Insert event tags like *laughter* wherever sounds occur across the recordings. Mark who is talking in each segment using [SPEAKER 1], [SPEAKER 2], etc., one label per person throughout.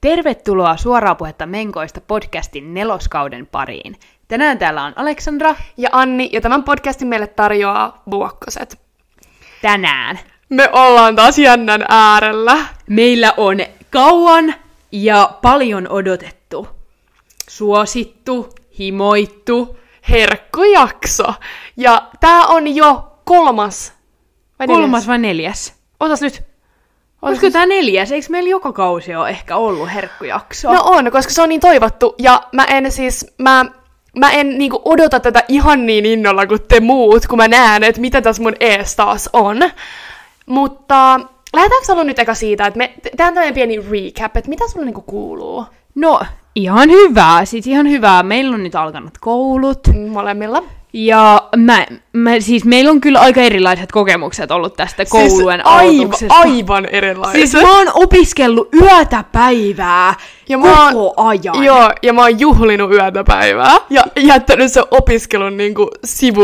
[SPEAKER 1] Tervetuloa suoraa puhetta Menkoista podcastin neloskauden pariin. Tänään täällä on Aleksandra.
[SPEAKER 2] ja Anni, ja tämän podcastin meille tarjoaa Vuokkoset.
[SPEAKER 1] Tänään
[SPEAKER 2] Me ollaan taas jännän äärellä.
[SPEAKER 1] meillä on kauan ja paljon odotettu, suosittu, himoittu,
[SPEAKER 2] Herkkujakso. Ja tää on jo kolmas. Vai
[SPEAKER 1] kolmas vai neljäs?
[SPEAKER 2] neljäs? Otas nyt. Otas
[SPEAKER 1] Olisiko tämä neljäs? Eikö meillä joka kausi ole ehkä ollut herkkujaksoa?
[SPEAKER 2] No on, koska se on niin toivottu. Ja mä en siis, mä, mä en niinku odota tätä ihan niin innolla kuin te muut, kun mä näen, että mitä tässä mun ees taas on. Mutta lähdetäänkö olla nyt eka siitä, että me tehdään tämmöinen pieni recap, että mitä sulla niinku kuuluu
[SPEAKER 1] no ihan hyvää, siis ihan hyvää. Meillä on nyt alkanut koulut.
[SPEAKER 2] molemmilla?
[SPEAKER 1] Ja mä, mä, siis meillä on kyllä aika erilaiset kokemukset ollut tästä koulujen
[SPEAKER 2] siis aivan,
[SPEAKER 1] aloituksesta.
[SPEAKER 2] aivan erilaiset.
[SPEAKER 1] Siis mä oon opiskellut yötä päivää ja
[SPEAKER 2] mä oon-
[SPEAKER 1] koko ajan.
[SPEAKER 2] Joo, ja mä oon juhlinut yötä päivää ja jättänyt sen opiskelun niinku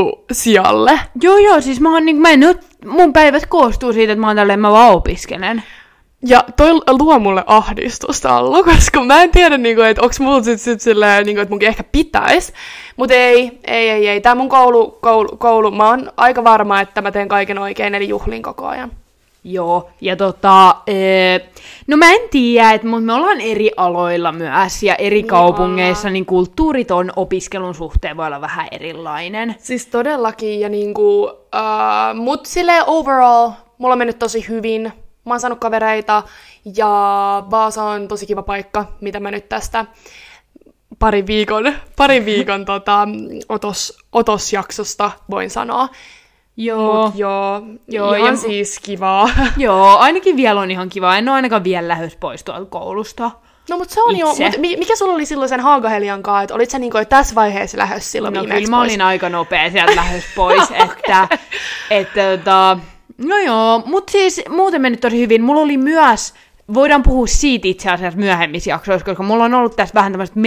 [SPEAKER 2] sivusijalle.
[SPEAKER 1] joo, joo, siis mä oon, niin, mä en oo, mun päivät koostuu siitä, että mä oon tälleen, mä vaan opiskelen.
[SPEAKER 2] Ja toi luo mulle ahdistusta Allu, koska mä en tiedä, niinku, että onks mulla sit, sit silleen, niinku, että munkin ehkä pitäis. Mut ei, ei, ei, ei. Tää mun koulu, koulu, koulu, mä oon aika varma, että mä teen kaiken oikein, eli juhlin koko ajan.
[SPEAKER 1] Joo, ja tota, öö, no mä en tiedä, mutta me ollaan eri aloilla myös ja eri kaupungeissa, niin kulttuurit on opiskelun suhteen voi olla vähän erilainen.
[SPEAKER 2] Siis todellakin, ja niinku, uh, mut silleen overall, mulla on mennyt tosi hyvin. Mä oon saanut kavereita, ja Vaasa on tosi kiva paikka, mitä mä nyt tästä parin viikon, *laughs* parin viikon tota, otos, otosjaksosta voin sanoa.
[SPEAKER 1] Joo.
[SPEAKER 2] Mut joo, joo,
[SPEAKER 1] Ihan
[SPEAKER 2] ihan
[SPEAKER 1] mu-
[SPEAKER 2] siis kivaa. *laughs*
[SPEAKER 1] Joo, ainakin vielä on ihan kiva. En ole ainakaan vielä lähes pois tuolta koulusta.
[SPEAKER 2] No mut se on jo,
[SPEAKER 1] Itse.
[SPEAKER 2] mut mi- mikä sulla oli silloin sen Haagahelian kanssa, että olit sä niinku jo tässä vaiheessa lähes silloin
[SPEAKER 1] No
[SPEAKER 2] viimeksi
[SPEAKER 1] kyllä mä
[SPEAKER 2] pois?
[SPEAKER 1] olin aika nopea sieltä lähes
[SPEAKER 2] *laughs*
[SPEAKER 1] pois, että, että, tota, no joo, mutta siis muuten mennyt tosi hyvin. Mulla oli myös, voidaan puhua siitä itse asiassa myöhemmissä jaksoissa, koska mulla on ollut tässä vähän tämmöistä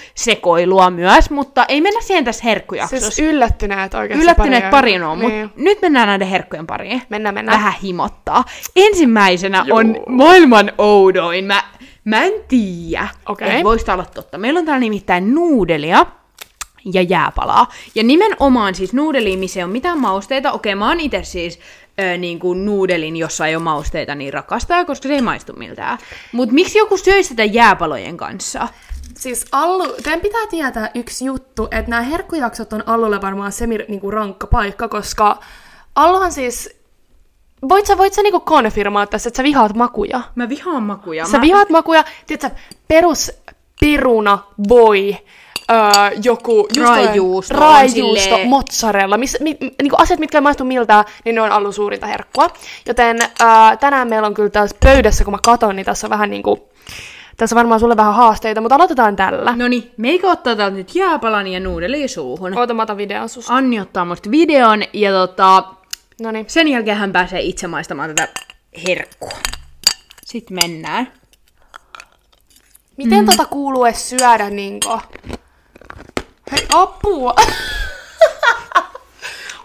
[SPEAKER 1] menkkasekoilua myös, mutta ei mennä siihen tässä herkkujaksossa.
[SPEAKER 2] Siis yllättyneet oikeesti
[SPEAKER 1] Yllättyneet pariin on, mutta
[SPEAKER 2] Niin.
[SPEAKER 1] nyt mennään näiden herkkujen pariin.
[SPEAKER 2] Mennään, mennään.
[SPEAKER 1] Vähän himottaa. Ensimmäisenä
[SPEAKER 2] Joo.
[SPEAKER 1] on maailman oudoin. Mä, mä en tiedä,
[SPEAKER 2] Okei.
[SPEAKER 1] että voisi tää olla totta. Meillä on täällä nimittäin nuudelia ja jääpalaa. Ja nimenomaan siis nuudeliin, missä ei ole mitään mausteita. Okei, mä oon itse siis ö, niin kuin nuudelin, jossa ei ole mausteita, niin rakastaa, koska se ei maistu miltään. Mutta miksi joku söisi sitä jääpalojen kanssa?
[SPEAKER 2] Siis Allu, teidän pitää tietää yksi juttu, että nämä herkkujaksot on Allulle varmaan semi niinku, rankka paikka, koska Alluhan siis... Voit sä, voit sä niinku konfirmaa tässä, että sä vihaat makuja?
[SPEAKER 1] Mä vihaan makuja.
[SPEAKER 2] Sä
[SPEAKER 1] Mä-
[SPEAKER 2] vihaat makuja, tiedätkö, perus peruna, voi, öö, joku just
[SPEAKER 1] Raijuusto on
[SPEAKER 2] tollainen- raijuusto
[SPEAKER 1] silleen-
[SPEAKER 2] mozzarella, miss, mi, mi, niinku asiat, mitkä ei maistu miltään, niin ne on ollut suurinta herkkua. Joten öö, tänään meillä on kyllä tässä pöydässä, kun mä katon, niin tässä on vähän niinku, tässä on varmaan sulle vähän haasteita, mutta aloitetaan tällä.
[SPEAKER 1] No niin, meikä ottaa täältä nyt jääpalan ja nuudeli suuhun.
[SPEAKER 2] Oota, mä otan videon susta.
[SPEAKER 1] Anni ottaa musta videon ja tota,
[SPEAKER 2] Noniin.
[SPEAKER 1] sen jälkeen hän pääsee itse maistamaan tätä herkkua. Sitten mennään.
[SPEAKER 2] Miten tota kuuluu edes syödä niinku? Hei, apua! *laughs*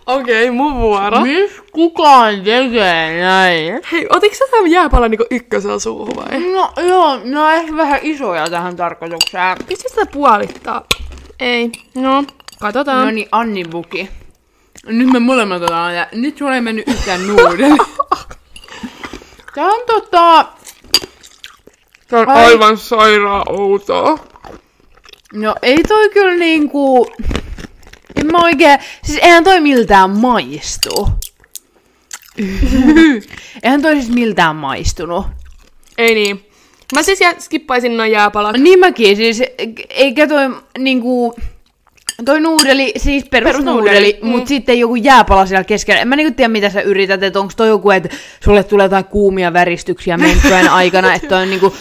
[SPEAKER 2] Okei, okay, mun vuoro.
[SPEAKER 1] Miksi kukaan tekee näin?
[SPEAKER 2] Hei, otitko sä tämän jääpalan niinku ykkösellä suuhun vai?
[SPEAKER 1] No joo, no on ehkä vähän isoja tähän tarkoitukseen.
[SPEAKER 2] Pistä sitä puolittaa. Ei. No, katsotaan.
[SPEAKER 1] No niin, Anni Buki. Nyt me molemmat otetaan ja nyt sulla ei mennyt yhtään nuudeli. *laughs* Tää on tota...
[SPEAKER 2] Se on
[SPEAKER 1] Ai. aivan
[SPEAKER 2] sairaan outoa.
[SPEAKER 1] No ei toi kyllä niinku... En mä oikein... Siis eihän toi miltään maistu.
[SPEAKER 2] *laughs*
[SPEAKER 1] eihän toi siis miltään maistunut.
[SPEAKER 2] Ei niin. Mä siis jä- skippaisin noin jääpalat.
[SPEAKER 1] Niin mäkin siis, eikä toi niinku... Toi nuudeli, siis perusnuudeli,
[SPEAKER 2] Perusnuudeli,
[SPEAKER 1] mut mutta sitten joku jääpala siellä keskellä. En mä niinku tiedä, mitä sä yrität, että onko toi joku, että sulle tulee jotain kuumia väristyksiä menkkojen aikana, että toi on niinku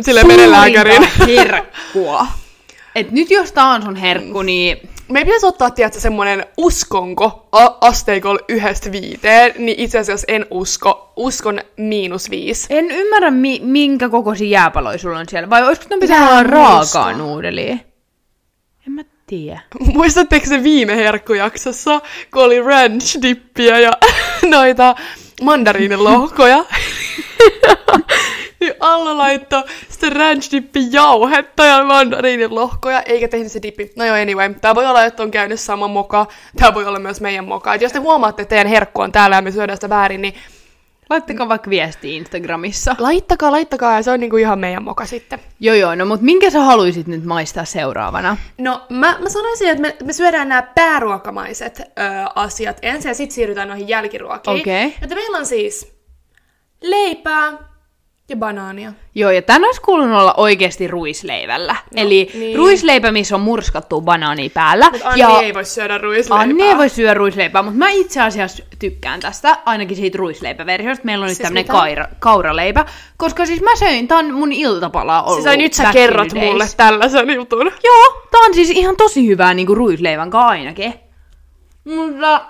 [SPEAKER 2] Sille mene
[SPEAKER 1] suurinta
[SPEAKER 2] lääkäriin.
[SPEAKER 1] *laughs*
[SPEAKER 2] *laughs*
[SPEAKER 1] herkkua. Et nyt jos tää on sun herkku, niin
[SPEAKER 2] Me ei pitäisi ottaa, tiedätkö, semmoinen uskonko a- asteikolla yhdestä viiteen, niin itse asiassa en usko. Uskon miinus viisi.
[SPEAKER 1] En ymmärrä, mi- minkä kokoisia jääpaloja sulla on siellä. Vai olisiko ne pitänyt
[SPEAKER 2] Mä
[SPEAKER 1] olla
[SPEAKER 2] en muista.
[SPEAKER 1] raakaa nuudelia? En mä tiedä.
[SPEAKER 2] *laughs* Muistatteko se viime herkkujaksossa, kun oli ranch *laughs* dippiä ja noita mandariinilohkoja? niin *laughs* Alla laittoi sitä ranch dippin jauhetta ja mandariinin lohkoja, eikä tehnyt se dippi. No joo, anyway. Tää voi olla, että on käynyt sama moka. Tää voi olla myös meidän moka. Et jos te huomaatte, että teidän herkku on täällä ja me syödään sitä väärin, niin
[SPEAKER 1] Laittakaa vaikka viesti Instagramissa.
[SPEAKER 2] laittakaa, laittakaa ja se on niinku ihan meidän moka sitten.
[SPEAKER 1] Joo joo, no mut minkä sä haluisit nyt maistaa seuraavana?
[SPEAKER 2] No mä, mä sanoisin, että me, me syödään nämä pääruokamaiset ö, asiat ensin ja sitten siirrytään noihin jälkiruokiin.
[SPEAKER 1] Okei.
[SPEAKER 2] Että meillä on siis leipää ja banaania.
[SPEAKER 1] Joo, ja tän olisi kuulunut olla oikeasti ruisleivällä. No, Eli
[SPEAKER 2] niin.
[SPEAKER 1] niin. ruisleipä, missä on murskattu banaani päällä.
[SPEAKER 2] Mutta Anni
[SPEAKER 1] ja
[SPEAKER 2] ei voi syödä ruisleipää.
[SPEAKER 1] Anni ei voi syödä ruisleipää, mutta mä itse asiassa tykkään tästä, ainakin siitä ruisleipäversiosta. Meillä on nyt
[SPEAKER 2] Siis
[SPEAKER 1] siis tämmönen
[SPEAKER 2] mitä?
[SPEAKER 1] kaira, kauraleipä, koska siis mä söin, tää on mun iltapala ollut.
[SPEAKER 2] Siis ai nyt sä
[SPEAKER 1] back in
[SPEAKER 2] kerrot
[SPEAKER 1] the days.
[SPEAKER 2] mulle tällaisen jutun.
[SPEAKER 1] Joo, tää on siis ihan tosi hyvää niinku ruisleivän kanssa ainakin. Mutta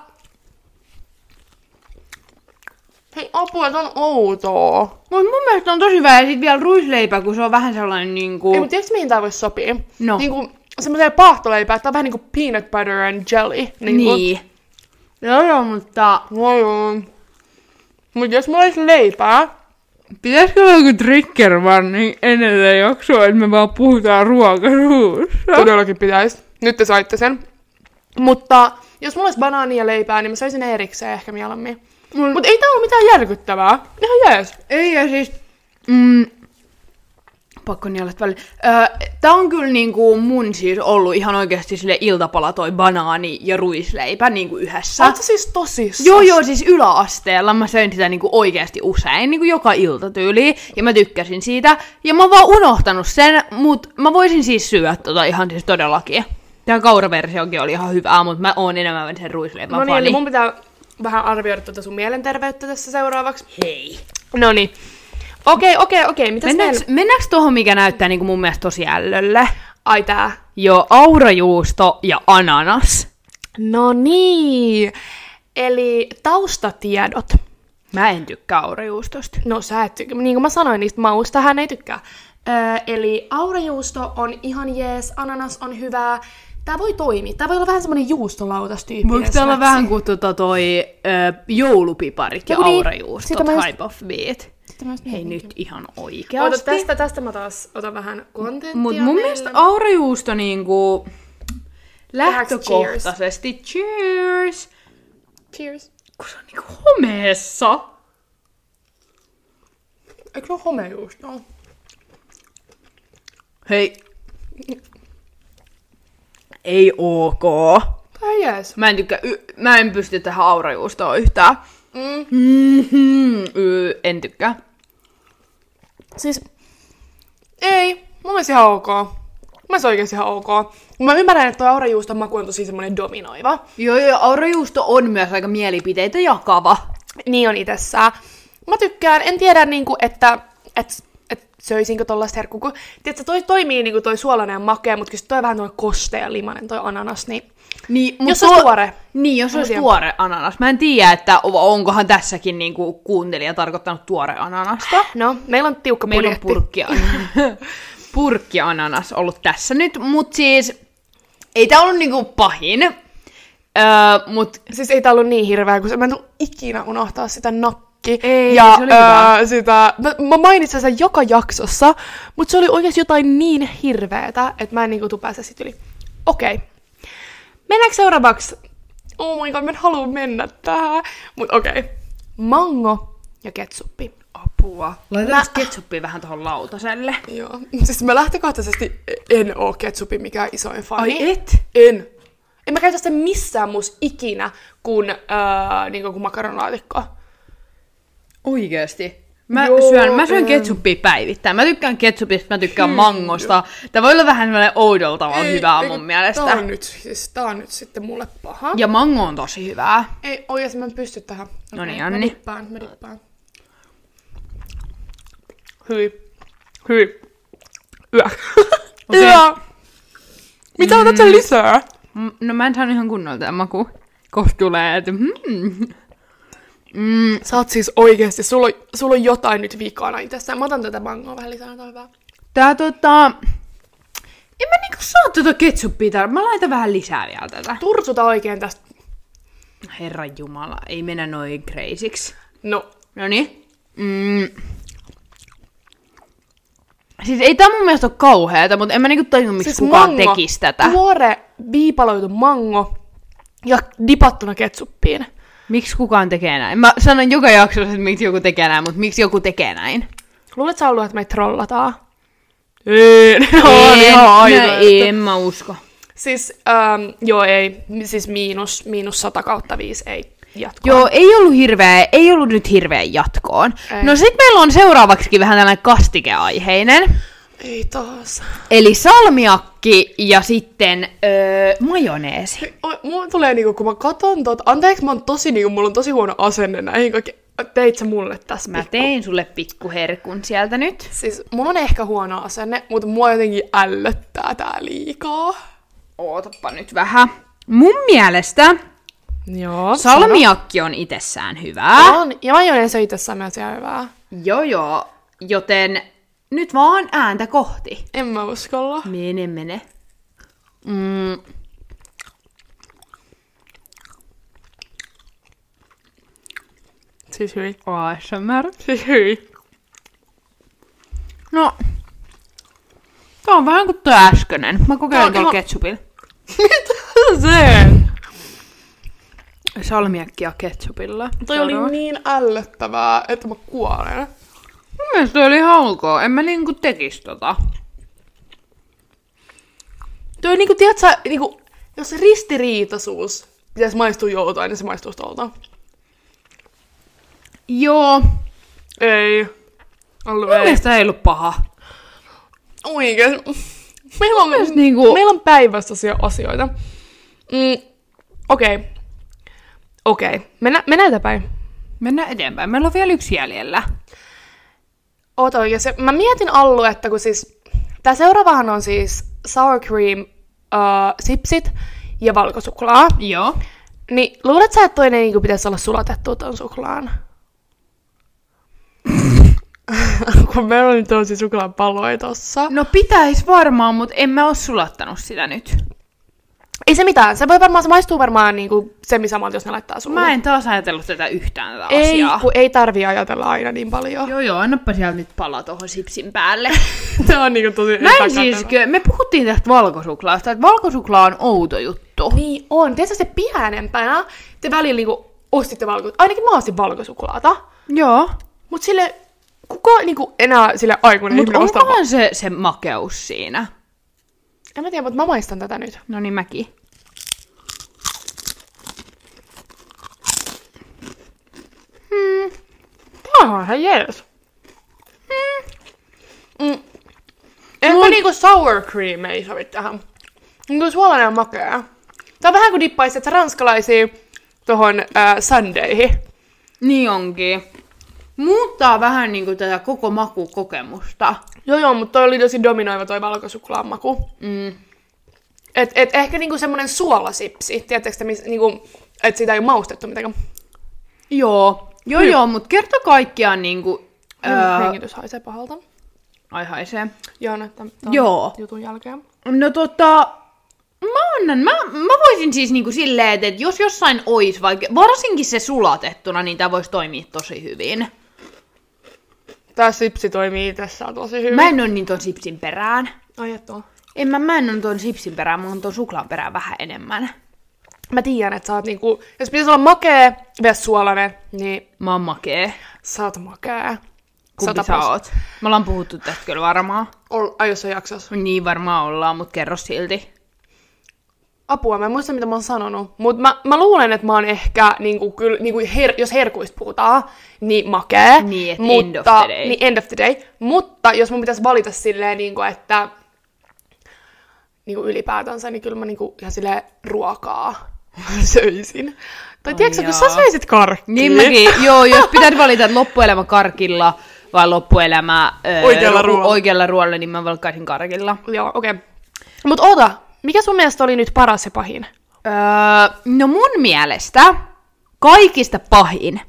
[SPEAKER 2] Hei apua, se on outoa.
[SPEAKER 1] mut mun mielestä on tosi hyvää ja sit vielä ruisleipä, kun se on vähän sellainen niinku...
[SPEAKER 2] Ei, mutta tiedätkö mihin tää voisi sopia?
[SPEAKER 1] No.
[SPEAKER 2] Niinku semmoiseen paahtoleipää, että tää on vähän niinku peanut butter and jelly. Niinku.
[SPEAKER 1] Niin. Joo, joo, mutta
[SPEAKER 2] No joo. Mut jos mulla olisi leipää,
[SPEAKER 1] pitäisikö olla joku trigger warning ennen tätä jaksoa, että me vaan puhutaan ruokasuussa?
[SPEAKER 2] Todellakin pitäisi. Nyt te saitte sen. Mutta jos mulla olisi banaania ja leipää, niin mä söisin ne erikseen ehkä mieluummin.
[SPEAKER 1] Mul-
[SPEAKER 2] Mutta ei tää ole mitään järkyttävää. Ihan jees.
[SPEAKER 1] Ei, ja siis... Mm, pakko nielet välillä. Öö, tää on kyllä niinku mun siis ollut ihan oikeasti sille iltapala toi banaani ja ruisleipä niinku yhdessä.
[SPEAKER 2] Oletko siis tosissaan?
[SPEAKER 1] Joo, joo, siis yläasteella mä söin sitä niinku oikeasti usein, niinku joka ilta tyyliin, ja mä tykkäsin siitä. Ja mä oon vaan unohtanut sen, mut mä voisin siis syödä tota ihan siis todellakin. Tää kauraversiokin oli ihan hyvää, mut mä oon enemmän sen ruisleivän
[SPEAKER 2] No niin,
[SPEAKER 1] fani.
[SPEAKER 2] eli mun pitää vähän arvioida tuota sun mielenterveyttä tässä seuraavaksi.
[SPEAKER 1] Hei.
[SPEAKER 2] No niin. Okei, okei, okei. Mitäs
[SPEAKER 1] Mennäänkö,
[SPEAKER 2] meillä?
[SPEAKER 1] mennäänkö tohon, mikä näyttää niinku mun mielestä tosi ällölle?
[SPEAKER 2] Ai tää.
[SPEAKER 1] Joo, aurajuusto ja ananas.
[SPEAKER 2] No niin. Eli taustatiedot.
[SPEAKER 1] Mä en tykkää aurajuustosta.
[SPEAKER 2] No sä et tykkää. Niin kuin mä sanoin, niistä mausta hän ei tykkää. Öö, eli aurajuusto on ihan jees, ananas on hyvää. Tää voi toimia. Tää voi olla vähän semmonen juustolautas-tyyppinen
[SPEAKER 1] Voiko täällä
[SPEAKER 2] snacks.
[SPEAKER 1] vähän kuin tota toi ö, joulupiparit ja
[SPEAKER 2] Joku niin,
[SPEAKER 1] aurajuustot,
[SPEAKER 2] sitä mä just-
[SPEAKER 1] hype of beat?
[SPEAKER 2] Sitten mä just
[SPEAKER 1] Hei
[SPEAKER 2] mietin.
[SPEAKER 1] nyt ihan
[SPEAKER 2] Ota
[SPEAKER 1] oikeasti.
[SPEAKER 2] tästä, tästä mä taas otan vähän kontenttia.
[SPEAKER 1] Mut mun
[SPEAKER 2] meille.
[SPEAKER 1] mielestä aurajuusto niinku lähtökohtaisesti cheers.
[SPEAKER 2] Cheers.
[SPEAKER 1] kun se on niinku homeessa.
[SPEAKER 2] Eikö se ole homejuustoa?
[SPEAKER 1] Hei. Ei ok.
[SPEAKER 2] Tää on jees.
[SPEAKER 1] Mä en, tykkää, y- mä en pysty tähän aurajuustoon yhtään.
[SPEAKER 2] Mm.
[SPEAKER 1] Mm-hmm. Y- en tykkää.
[SPEAKER 2] Siis, ei, mun mielestä ihan ok. Mun mielestä oikeesti ihan ok. Mä ymmärrän, että tuo aurajuuston maku on tosi semmoinen dominoiva.
[SPEAKER 1] Joo, joo, aurajuusto on myös aika mielipiteitä jakava.
[SPEAKER 2] Niin on itsessään. Mä tykkään, en tiedä niinku, että et, et söisinkö tollaista herkkua, kun tiedätkö, toi toimii niinku toi suolainen ja makea, mutta kyllä sit toi on vähän toi kostea ja limanen toi ananas, niin
[SPEAKER 1] Niin, mut
[SPEAKER 2] Jos se olisi tuore.
[SPEAKER 1] Niin, jos olisi
[SPEAKER 2] Semmosia.
[SPEAKER 1] tuore ananas. Mä en tiedä, että o- onkohan tässäkin niinku kuuntelija tarkoittanut tuore ananasta.
[SPEAKER 2] no, meillä on tiukka
[SPEAKER 1] Meillä on
[SPEAKER 2] budjetti.
[SPEAKER 1] purkki *laughs* purkkiananas ollut tässä nyt, mut siis ei tää ollut niinku pahin. Öö, mut
[SPEAKER 2] Siis ei tää ollut niin hirveä, kun se- mä en tule ikinä unohtaa sitä nakki.
[SPEAKER 1] Ei,
[SPEAKER 2] ja
[SPEAKER 1] se oli hyvä.
[SPEAKER 2] sitä, mä, mä mainitsen sen joka jaksossa, mutta se oli oikeasti jotain niin hirveetä, että mä en niinku tuu päästä sit yli. Okei. Okay. Mennäänkö seuraavaksi? Oh my god, mä en halua mennä tähän. Mut okei. Okay. Mango ja ketsuppi.
[SPEAKER 1] apua. Laitetaan ketsuppia vähän tuohon lautaselle.
[SPEAKER 2] Joo. Siis mä lähtökohtaisesti en oo ketsupin mikään isoin fani.
[SPEAKER 1] Ai et?
[SPEAKER 2] En. En mä käytä sitä missään muussa ikinä kuin, äh, niinku, kuin makaronlaatikkoa.
[SPEAKER 1] Oikeesti? Mä
[SPEAKER 2] Joo,
[SPEAKER 1] syön, mä syön
[SPEAKER 2] en.
[SPEAKER 1] ketsuppia päivittäin. Mä tykkään ketsupista, mä tykkään mangosta. Tää voi olla vähän sellainen oudolla tavalla
[SPEAKER 2] Ei,
[SPEAKER 1] hyvää
[SPEAKER 2] eikö-
[SPEAKER 1] mun mielestä.
[SPEAKER 2] Tää on, nyt, siis, tää on nyt sitten mulle paha. Ja.
[SPEAKER 1] Ja mango on tosi hyvää.
[SPEAKER 2] Ei oikeesti mä en pysty tähän.
[SPEAKER 1] No niin,
[SPEAKER 2] Okei, Mä
[SPEAKER 1] Anni.
[SPEAKER 2] dippaan, mä dippaan. Hyi. Hyi. Yö.
[SPEAKER 1] Okei.
[SPEAKER 2] *laughs* Yö. Mitä mm. otat sen lisää?
[SPEAKER 1] M- No mä en saanut ihan kunnolla tää maku. Kohta tulee, että hmm. Mm,
[SPEAKER 2] Sä oot siis oikeesti, sulla, on- sulla on jotain nyt vikana itsessään. Mä otan tätä mangoa vähän lisää, tää on hyvä.
[SPEAKER 1] tää tota... En mä niinku saa tota ketsuppia tar- Mä laitan vähän lisää vielä tätä.
[SPEAKER 2] Tursuta oikein tästä.
[SPEAKER 1] Herra Jumala, niin. ei mennä noin craziksi.
[SPEAKER 2] No,
[SPEAKER 1] Noni. Mm. Siis ei tää mun mielestä ole kauheata, mutta en mä niinku tajua, miksi
[SPEAKER 2] siis
[SPEAKER 1] kukaan
[SPEAKER 2] mango,
[SPEAKER 1] tekisi tätä.
[SPEAKER 2] Tuore viipaloitu mango ja dipattuna ketsuppiin.
[SPEAKER 1] Miksi kukaan tekee näin? Mä sanon joka jaksossa, että miksi joku tekee näin, mutta miksi joku tekee näin?
[SPEAKER 2] Luulet sä ollut, että meitä trollataan? Ei, *laughs* ne
[SPEAKER 1] en,
[SPEAKER 2] aivan.
[SPEAKER 1] no, en mä usko.
[SPEAKER 2] Siis, ähm, joo ei, siis miinus, miinus 100 kautta 5 ei jatkoa.
[SPEAKER 1] Joo, ei ollut hirveä, ei ollut nyt hirveän jatkoon.
[SPEAKER 2] Ei.
[SPEAKER 1] Ei. No sit meillä on seuraavaksikin vähän tällainen kastikeaiheinen.
[SPEAKER 2] Ei taas.
[SPEAKER 1] Eli salmiakki ja sitten öö, majoneesi.
[SPEAKER 2] O- Mulla tulee niinku, kun mä katon tota, anteeksi mä oon tosi niinku, mulla on tosi huono asenne näihin kaikki. Teit sä mulle tässä
[SPEAKER 1] Mä
[SPEAKER 2] pikku?
[SPEAKER 1] tein sulle pikkuherkun sieltä nyt.
[SPEAKER 2] Siis mulla on ehkä huono asenne, mutta mua jotenkin ällöttää tää liikaa.
[SPEAKER 1] Ootappa nyt vähän. Mun mielestä
[SPEAKER 2] Joo.
[SPEAKER 1] salmiakki on itsessään hyvää.
[SPEAKER 2] On, ja majoneesi on itsessään myös ihan hyvää.
[SPEAKER 1] Joo joo, joten nyt vaan ääntä kohti.
[SPEAKER 2] En mä uskalla.
[SPEAKER 1] Mene, mene. Mm.
[SPEAKER 2] Siis hyi.
[SPEAKER 1] ASMR.
[SPEAKER 2] Siis hyi.
[SPEAKER 1] No, tää on vähän kuin tuo äskönen. Mä kokeilen
[SPEAKER 2] Tää on
[SPEAKER 1] tuolla
[SPEAKER 2] ihan-
[SPEAKER 1] ketsupilla.
[SPEAKER 2] Se.
[SPEAKER 1] Salmiakkia ketsupilla.
[SPEAKER 2] Toi oli niin ällöttävää, että mä kuolen.
[SPEAKER 1] Mun mielestä toi oli ihan ok. En mä niinku tekis tota.
[SPEAKER 2] Toi niinku, tiedätkö, niinku, jos se ristiriitaisuus pitäisi maistua joltain, niin se maistuu tolta.
[SPEAKER 1] Joo.
[SPEAKER 2] Ei. Allu
[SPEAKER 1] Mun mielestä ei ollut paha.
[SPEAKER 2] Oikein. Meillä on,
[SPEAKER 1] Mielestäni niinku-
[SPEAKER 2] meillä on päivässä asioita. Mm, Okei. Okay. Okei. Okay. Mennään, mennään eteenpäin.
[SPEAKER 1] Mennään eteenpäin. Meillä on vielä yksi jäljellä.
[SPEAKER 2] Oot oikeassa. Mä mietin Allu, että kun siis... Tää seuraavahan on siis sour cream, uh, sipsit ja valkosuklaa.
[SPEAKER 1] Joo.
[SPEAKER 2] Niin luulet sä, että toinen niinku pitäisi olla sulatettu ton suklaan? *laughs* kun meillä on nyt tosi suklaan palloja tossa.
[SPEAKER 1] No pitäis varmaan, mutta en mä oo sulattanut sitä nyt.
[SPEAKER 2] Ei se mitään. Se voi varmaan, se maistuu varmaan niinku semisamalta, jos ne laittaa sulle.
[SPEAKER 1] Mä en taas ajatellut tätä yhtään tätä
[SPEAKER 2] Ei,
[SPEAKER 1] asiaa.
[SPEAKER 2] kun ei tarvii ajatella aina niin paljon. *laughs*
[SPEAKER 1] Joo joo, annapa sieltä nyt palaa tohon sipsin *laughs* päälle.
[SPEAKER 2] Tää on niinku tosi
[SPEAKER 1] Mä en siis, kyllä- me puhuttiin tästä valkosuklaasta, että valkosuklaa on outo juttu.
[SPEAKER 2] Niin on. Tiedätkö se pienempänä te välillä niinku ostitte valko... Ainakin mä ostin valkosuklaata.
[SPEAKER 1] Joo.
[SPEAKER 2] Mut sille... Kuka niinku enää sille aikuinen
[SPEAKER 1] Mutta
[SPEAKER 2] ihminen ostaa... val-
[SPEAKER 1] onkohan se, se makeus siinä?
[SPEAKER 2] En mä tiedä, mutta mä maistan tätä nyt.
[SPEAKER 1] No niin mäkin.
[SPEAKER 2] Tää on ihan jees. Mm. Mm. Ehkä
[SPEAKER 1] Mun-
[SPEAKER 2] niinku sour cream ei sovi tähän. Niinku suolainen ja makea. Tää on vähän kuin dippaisit että ranskalaisia tohon äh, sandeihin.
[SPEAKER 1] Niin onkin. Muuttaa vähän niinku tätä koko makukokemusta.
[SPEAKER 2] Joo joo, mutta toi oli tosi dominoiva toi valkosuklaan maku.
[SPEAKER 1] Mm.
[SPEAKER 2] Et, et ehkä niinku semmonen suolasipsi, tiedättekö te, miss, niinku, et sitä ei maustettu mitenkään.
[SPEAKER 1] Joo. Joo joo, mutta kerta kaikkiaan niinku...
[SPEAKER 2] Öö...
[SPEAKER 1] Öö,
[SPEAKER 2] Hengitys haisee pahalta.
[SPEAKER 1] ai haisee.
[SPEAKER 2] Joo, no, tämän,
[SPEAKER 1] Joo.
[SPEAKER 2] jutun jälkeen.
[SPEAKER 1] No tota, mä annan, mä, mä voisin siis niinku silleen, että- että jos jossain ois, vaikka varsinkin se sulatettuna, niin tää voisi toimia tosi hyvin.
[SPEAKER 2] Tää sipsi toimii tässä tosi hyvin.
[SPEAKER 1] Mä en oo niin ton sipsin perään.
[SPEAKER 2] Ai et oo.
[SPEAKER 1] En mä, mä en oo ton sipsin perään, mä oon ton suklaan perään vähän enemmän.
[SPEAKER 2] Mä tiedän, että sä oot niinku, jos pitäisi olla makee, ves suolainen, niin
[SPEAKER 1] Mä oon makee.
[SPEAKER 2] sä oot makee.
[SPEAKER 1] Kumpi sä oot? Me ollaan puhuttu tästä kyllä varmaan.
[SPEAKER 2] Ol, ai jos sä jaksas.
[SPEAKER 1] Niin varmaan ollaan, mut kerro silti.
[SPEAKER 2] Apua, mä en muista mitä mä oon sanonut. Mut mä, mä luulen, että mä oon ehkä, niinku, kyl, niinku her, jos herkuista puhutaan, niin makee.
[SPEAKER 1] Niin, et
[SPEAKER 2] mutta,
[SPEAKER 1] end of the day.
[SPEAKER 2] Niin, end of the day. Mutta jos mun pitäisi valita silleen, niinku, että niinku ylipäätänsä, niin kyllä mä niinku, ihan silleen ruokaa *laughs* söisin. Tai tiedätkö, kun sä
[SPEAKER 1] jaa.
[SPEAKER 2] söisit karkkia.
[SPEAKER 1] Niin mäkin, joo, jos pitää valita että loppuelämä karkilla vai loppuelämä öö,
[SPEAKER 2] Oikealla
[SPEAKER 1] ru-
[SPEAKER 2] ruoalla.
[SPEAKER 1] oikealla ruoalla, niin mä valkkaisin karkilla.
[SPEAKER 2] Joo, okei. Okay. Mut oota, mikä sun mielestä oli nyt paras ja pahin?
[SPEAKER 1] Öö, no mun mielestä kaikista pahin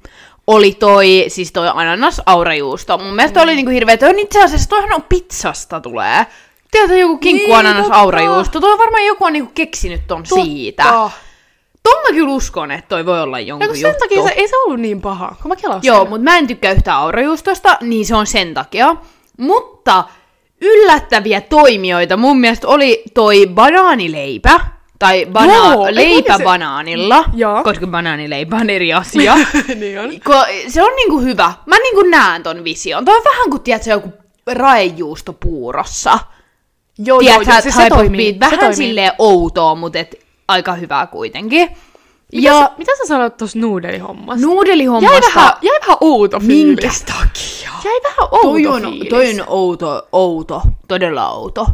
[SPEAKER 1] oli toi, siis toi ananas aurajuusto. Mun mielestä mm. oli niinku hirveä, toi on itse asiassa, toihan on pizzasta tulee. Tiedätkö joku kinkku
[SPEAKER 2] Niin,
[SPEAKER 1] ananas
[SPEAKER 2] totta.
[SPEAKER 1] aurajuusto, toi on varmaan joku on niinku keksinyt ton siitä.
[SPEAKER 2] Totta.
[SPEAKER 1] Ton mä kyllä uskon, että toi voi olla
[SPEAKER 2] Ja
[SPEAKER 1] jonkun
[SPEAKER 2] Ah. No, kun sen
[SPEAKER 1] juttu.
[SPEAKER 2] takia se, ei se ollut niin paha, kun mä kelasin.
[SPEAKER 1] Joo, mutta mä en tykkää yhtään aurajuustosta, niin se on sen takia. Mutta yllättäviä toimijoita. Mun mielestä oli toi banaanileipä, tai bana-
[SPEAKER 2] Joo, ei
[SPEAKER 1] leipä
[SPEAKER 2] oikeesti.
[SPEAKER 1] banaanilla,
[SPEAKER 2] Joo.
[SPEAKER 1] koska banaanileipä on eri asia.
[SPEAKER 2] niin on.
[SPEAKER 1] *laughs* Ko- se on niinku hyvä. Mä niinku näen ton vision. Toi on vähän kuin, tiedätkö, joku raejuusto puurossa.
[SPEAKER 2] Joo,
[SPEAKER 1] Tiedätkö,
[SPEAKER 2] joo, joo,
[SPEAKER 1] siis
[SPEAKER 2] siis se toimii.
[SPEAKER 1] Vähän
[SPEAKER 2] se toimii.
[SPEAKER 1] silleen outoa, mutta et aika hyvää kuitenkin.
[SPEAKER 2] Mitä,
[SPEAKER 1] ja
[SPEAKER 2] ja... sä, mitä sä sanoit tuossa nuudelihommassa?
[SPEAKER 1] nuudelihommasta...
[SPEAKER 2] jäi, vähän, jäi vähän outo
[SPEAKER 1] Minkä
[SPEAKER 2] fiilis.
[SPEAKER 1] takia?
[SPEAKER 2] Jäi vähän outo
[SPEAKER 1] Toi on,
[SPEAKER 2] fiilis.
[SPEAKER 1] toi on outo, outo, todella outo.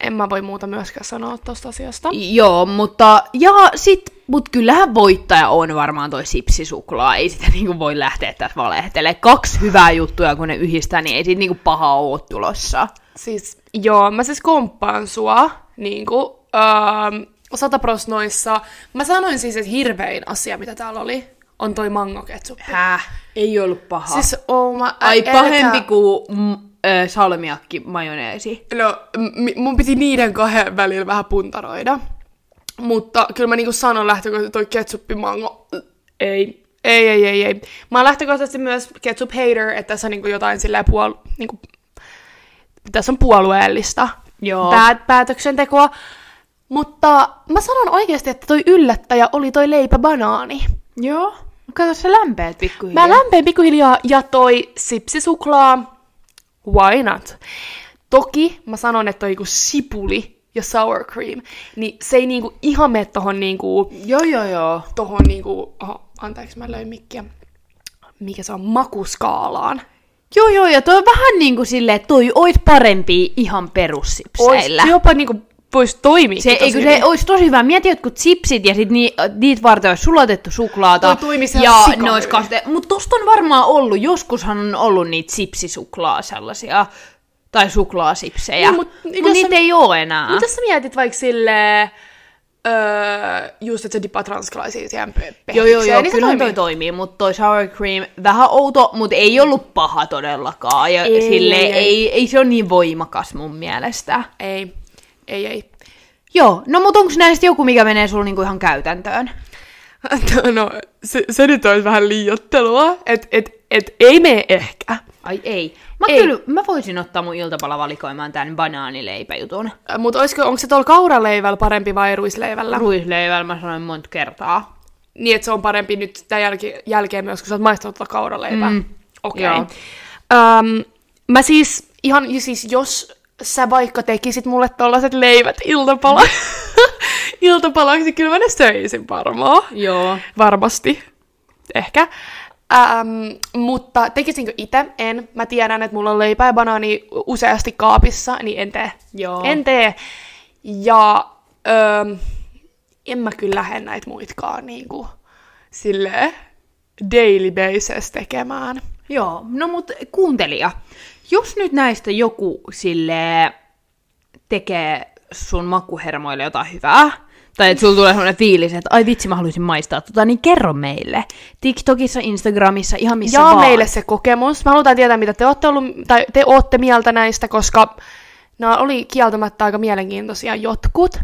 [SPEAKER 2] En mä voi muuta myöskään sanoa tuosta asiasta.
[SPEAKER 1] Joo, mutta ja sit, mut kyllähän voittaja on varmaan toi sipsisuklaa. Ei sitä *laughs* niinku voi lähteä tässä valehtelemaan. Kaksi hyvää juttua, kun ne yhdistää, niin ei siitä niinku pahaa oo tulossa.
[SPEAKER 2] Siis, joo, mä siis komppaan sua, niinku, öö, satapros-noissa. Mä sanoin siis, että hirvein asia, mitä täällä oli, on toi mangoketsuppi.
[SPEAKER 1] Häh? Ei ollut pahaa.
[SPEAKER 2] Siis, oh my,
[SPEAKER 1] Ai
[SPEAKER 2] älkää-
[SPEAKER 1] pahempi kuin mm, ö, salmiakki majoneesi.
[SPEAKER 2] No, m- mun piti niiden kahden välillä vähän puntaroida. Mutta kyllä mä niinku sanon lähtökohtaisesti toi ketsuppimango. Ei. Ei, ei, ei, ei. Mä oon lähtökohtaisesti myös ketsup hater, että tässä on niinku jotain silleen puol... Niinku, tässä on puolueellista
[SPEAKER 1] Joo.
[SPEAKER 2] Päät- päätöksentekoa. Mutta mä sanon oikeasti, että toi yllättäjä oli toi leipäbanaani.
[SPEAKER 1] Joo. Kato, sä lämpeät pikkuhiljaa.
[SPEAKER 2] Mä lämpeen pikkuhiljaa ja toi sipsisuklaa. Why not? Toki mä sanon, että toi joku sipuli ja sour cream, niin se ei niinku ihan mene tohon niinku,
[SPEAKER 1] Joo, joo, joo.
[SPEAKER 2] tohon niinku, oho, anteeksi mä löin mikkiä, mikä se on, makuskaalaan.
[SPEAKER 1] Joo, joo, ja toi on vähän niin kuin silleen, että toi ois parempi ihan
[SPEAKER 2] Ois
[SPEAKER 1] perussipseillä.
[SPEAKER 2] jopa niinku, vois toimia.
[SPEAKER 1] Se, eikö se olisi tosi hyvä? Mieti jotkut chipsit ja sit ni, niitä varten olisi sulatettu suklaata.
[SPEAKER 2] Toi toimisi ihan
[SPEAKER 1] ja
[SPEAKER 2] sikan
[SPEAKER 1] ne olisi
[SPEAKER 2] hyvin.
[SPEAKER 1] kaste... Mutta tosta on varmaan ollut, joskushan on ollut niitä sipsisuklaa sellaisia, tai suklaasipsejä.
[SPEAKER 2] Niin,
[SPEAKER 1] Mut
[SPEAKER 2] mut
[SPEAKER 1] mut
[SPEAKER 2] jos
[SPEAKER 1] niitä
[SPEAKER 2] sä-
[SPEAKER 1] ei ole enää.
[SPEAKER 2] Mitä sä mietit vaikka silleen, öö, just, että se dippaa transkalaisia siihen pe-
[SPEAKER 1] Joo, joo, joo,
[SPEAKER 2] pehmikseen, niin se
[SPEAKER 1] kyllähän toi
[SPEAKER 2] toimii.
[SPEAKER 1] toimii, mutta toi sour cream vähän outo, mutta ei ollut paha todellakaan. Ja
[SPEAKER 2] Ei,
[SPEAKER 1] ei, sille,
[SPEAKER 2] ei,
[SPEAKER 1] ei,
[SPEAKER 2] ei.
[SPEAKER 1] ei, ei, se ole niin voimakas mun mielestä.
[SPEAKER 2] Ei, ei, ei.
[SPEAKER 1] Joo, no mutta onko näistä joku, mikä menee sulla niinku ihan käytäntöön?
[SPEAKER 2] No, se, se nyt olisi vähän liiottelua, että et, et, ei mene ehkä.
[SPEAKER 1] Ai ei. Mä,
[SPEAKER 2] Ei.
[SPEAKER 1] ei. Kyllä, mä voisin ottaa mun iltapalavalikoimaan tämän banaanileipäjutun.
[SPEAKER 2] Mutta onko se tuolla kauraleivällä parempi vai ruisleivällä? Ru-
[SPEAKER 1] Ruisleivällä mä sanoin monta kertaa.
[SPEAKER 2] niin, että se on parempi nyt tämän jälki- jälkeen myös, kun sä oot maistanut tuota kauraleivää. Mm. Okei.
[SPEAKER 1] Joo.
[SPEAKER 2] Okay. Um, mä siis, ihan siis jos sä vaikka tekisit mulle tollaset leivät iltapala- Mm. *laughs* iltapalaksi, niin kyllä mä ne söisin varmaan.
[SPEAKER 1] Joo.
[SPEAKER 2] Varmasti. Ehkä. Ähm, mutta tekisinkö itse? En. Mä tiedän, että mulla on leipää ja banaani u- useasti kaapissa, niin en tee.
[SPEAKER 1] Joo.
[SPEAKER 2] En tee. Ja ähm, en mä kyllä lähde näitä muitkaan niin kuin, silleen daily basis tekemään.
[SPEAKER 1] Joo, no mut kuuntelija, jos nyt näistä joku sille tekee sun makuhermoille jotain hyvää, tai että sulla tulee sellainen fiilis, että ai vitsi, mä haluaisin maistaa tota, niin kerro meille. TikTokissa, Instagramissa, ihan missä
[SPEAKER 2] Jaa
[SPEAKER 1] vaan.
[SPEAKER 2] meille se kokemus. Mä halutaan tietää, mitä te ootte, ollut, tai te ootte mieltä näistä, koska nämä oli kieltämättä aika mielenkiintoisia jotkut.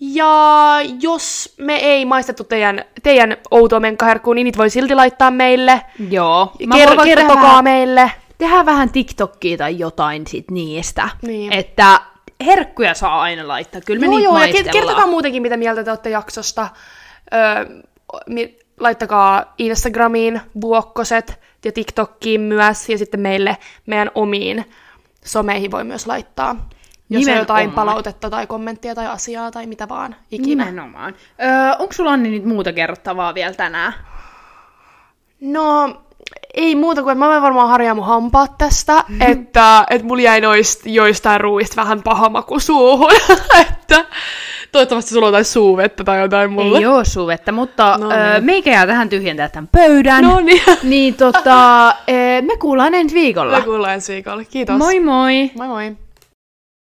[SPEAKER 2] Ja jos me ei maistettu teidän, teidän outoa menkkaherkkuun, niin niitä voi silti laittaa meille.
[SPEAKER 1] Joo. Mä voin
[SPEAKER 2] Ker-
[SPEAKER 1] vaikka
[SPEAKER 2] kertokaa
[SPEAKER 1] tehdä-
[SPEAKER 2] meille.
[SPEAKER 1] tehdään vähän TikTokia tai jotain sit niistä.
[SPEAKER 2] Niin.
[SPEAKER 1] Että herkkuja saa aina laittaa, kyllä me
[SPEAKER 2] joo,
[SPEAKER 1] niitä
[SPEAKER 2] joo, ja ke-
[SPEAKER 1] maistellaan.
[SPEAKER 2] kertokaa muutenkin, mitä mieltä te olette jaksosta. Öö, mi- laittakaa Instagramiin vuokkoset ja TikTokkiin myös, ja sitten meille meidän omiin someihin voi myös laittaa. Jos on
[SPEAKER 1] Nimenomaan.
[SPEAKER 2] jotain palautetta tai kommenttia tai asiaa tai mitä vaan ikinä.
[SPEAKER 1] Nimenomaan. Öö, onko sulla Anni nyt muuta kerrottavaa vielä tänään?
[SPEAKER 2] No, ei muuta kuin, että mä voin varmaan harjaa mun hampaat tästä,
[SPEAKER 1] Mm-hmm.
[SPEAKER 2] että, että mulla jäi noista joistain ruuista vähän paha maku suuhun, *laughs* että toivottavasti sulla on jotain suuvetta tai jotain mulle.
[SPEAKER 1] Ei oo suvetta, mutta
[SPEAKER 2] No
[SPEAKER 1] no,
[SPEAKER 2] niin.
[SPEAKER 1] öö, meikä jää tähän tyhjentää tämän pöydän.
[SPEAKER 2] No niin.
[SPEAKER 1] Niin tota, öö, me kuullaan ensi viikolla.
[SPEAKER 2] Me kuullaan ensi viikolla. Kiitos.
[SPEAKER 1] Moi moi!
[SPEAKER 2] Moi moi.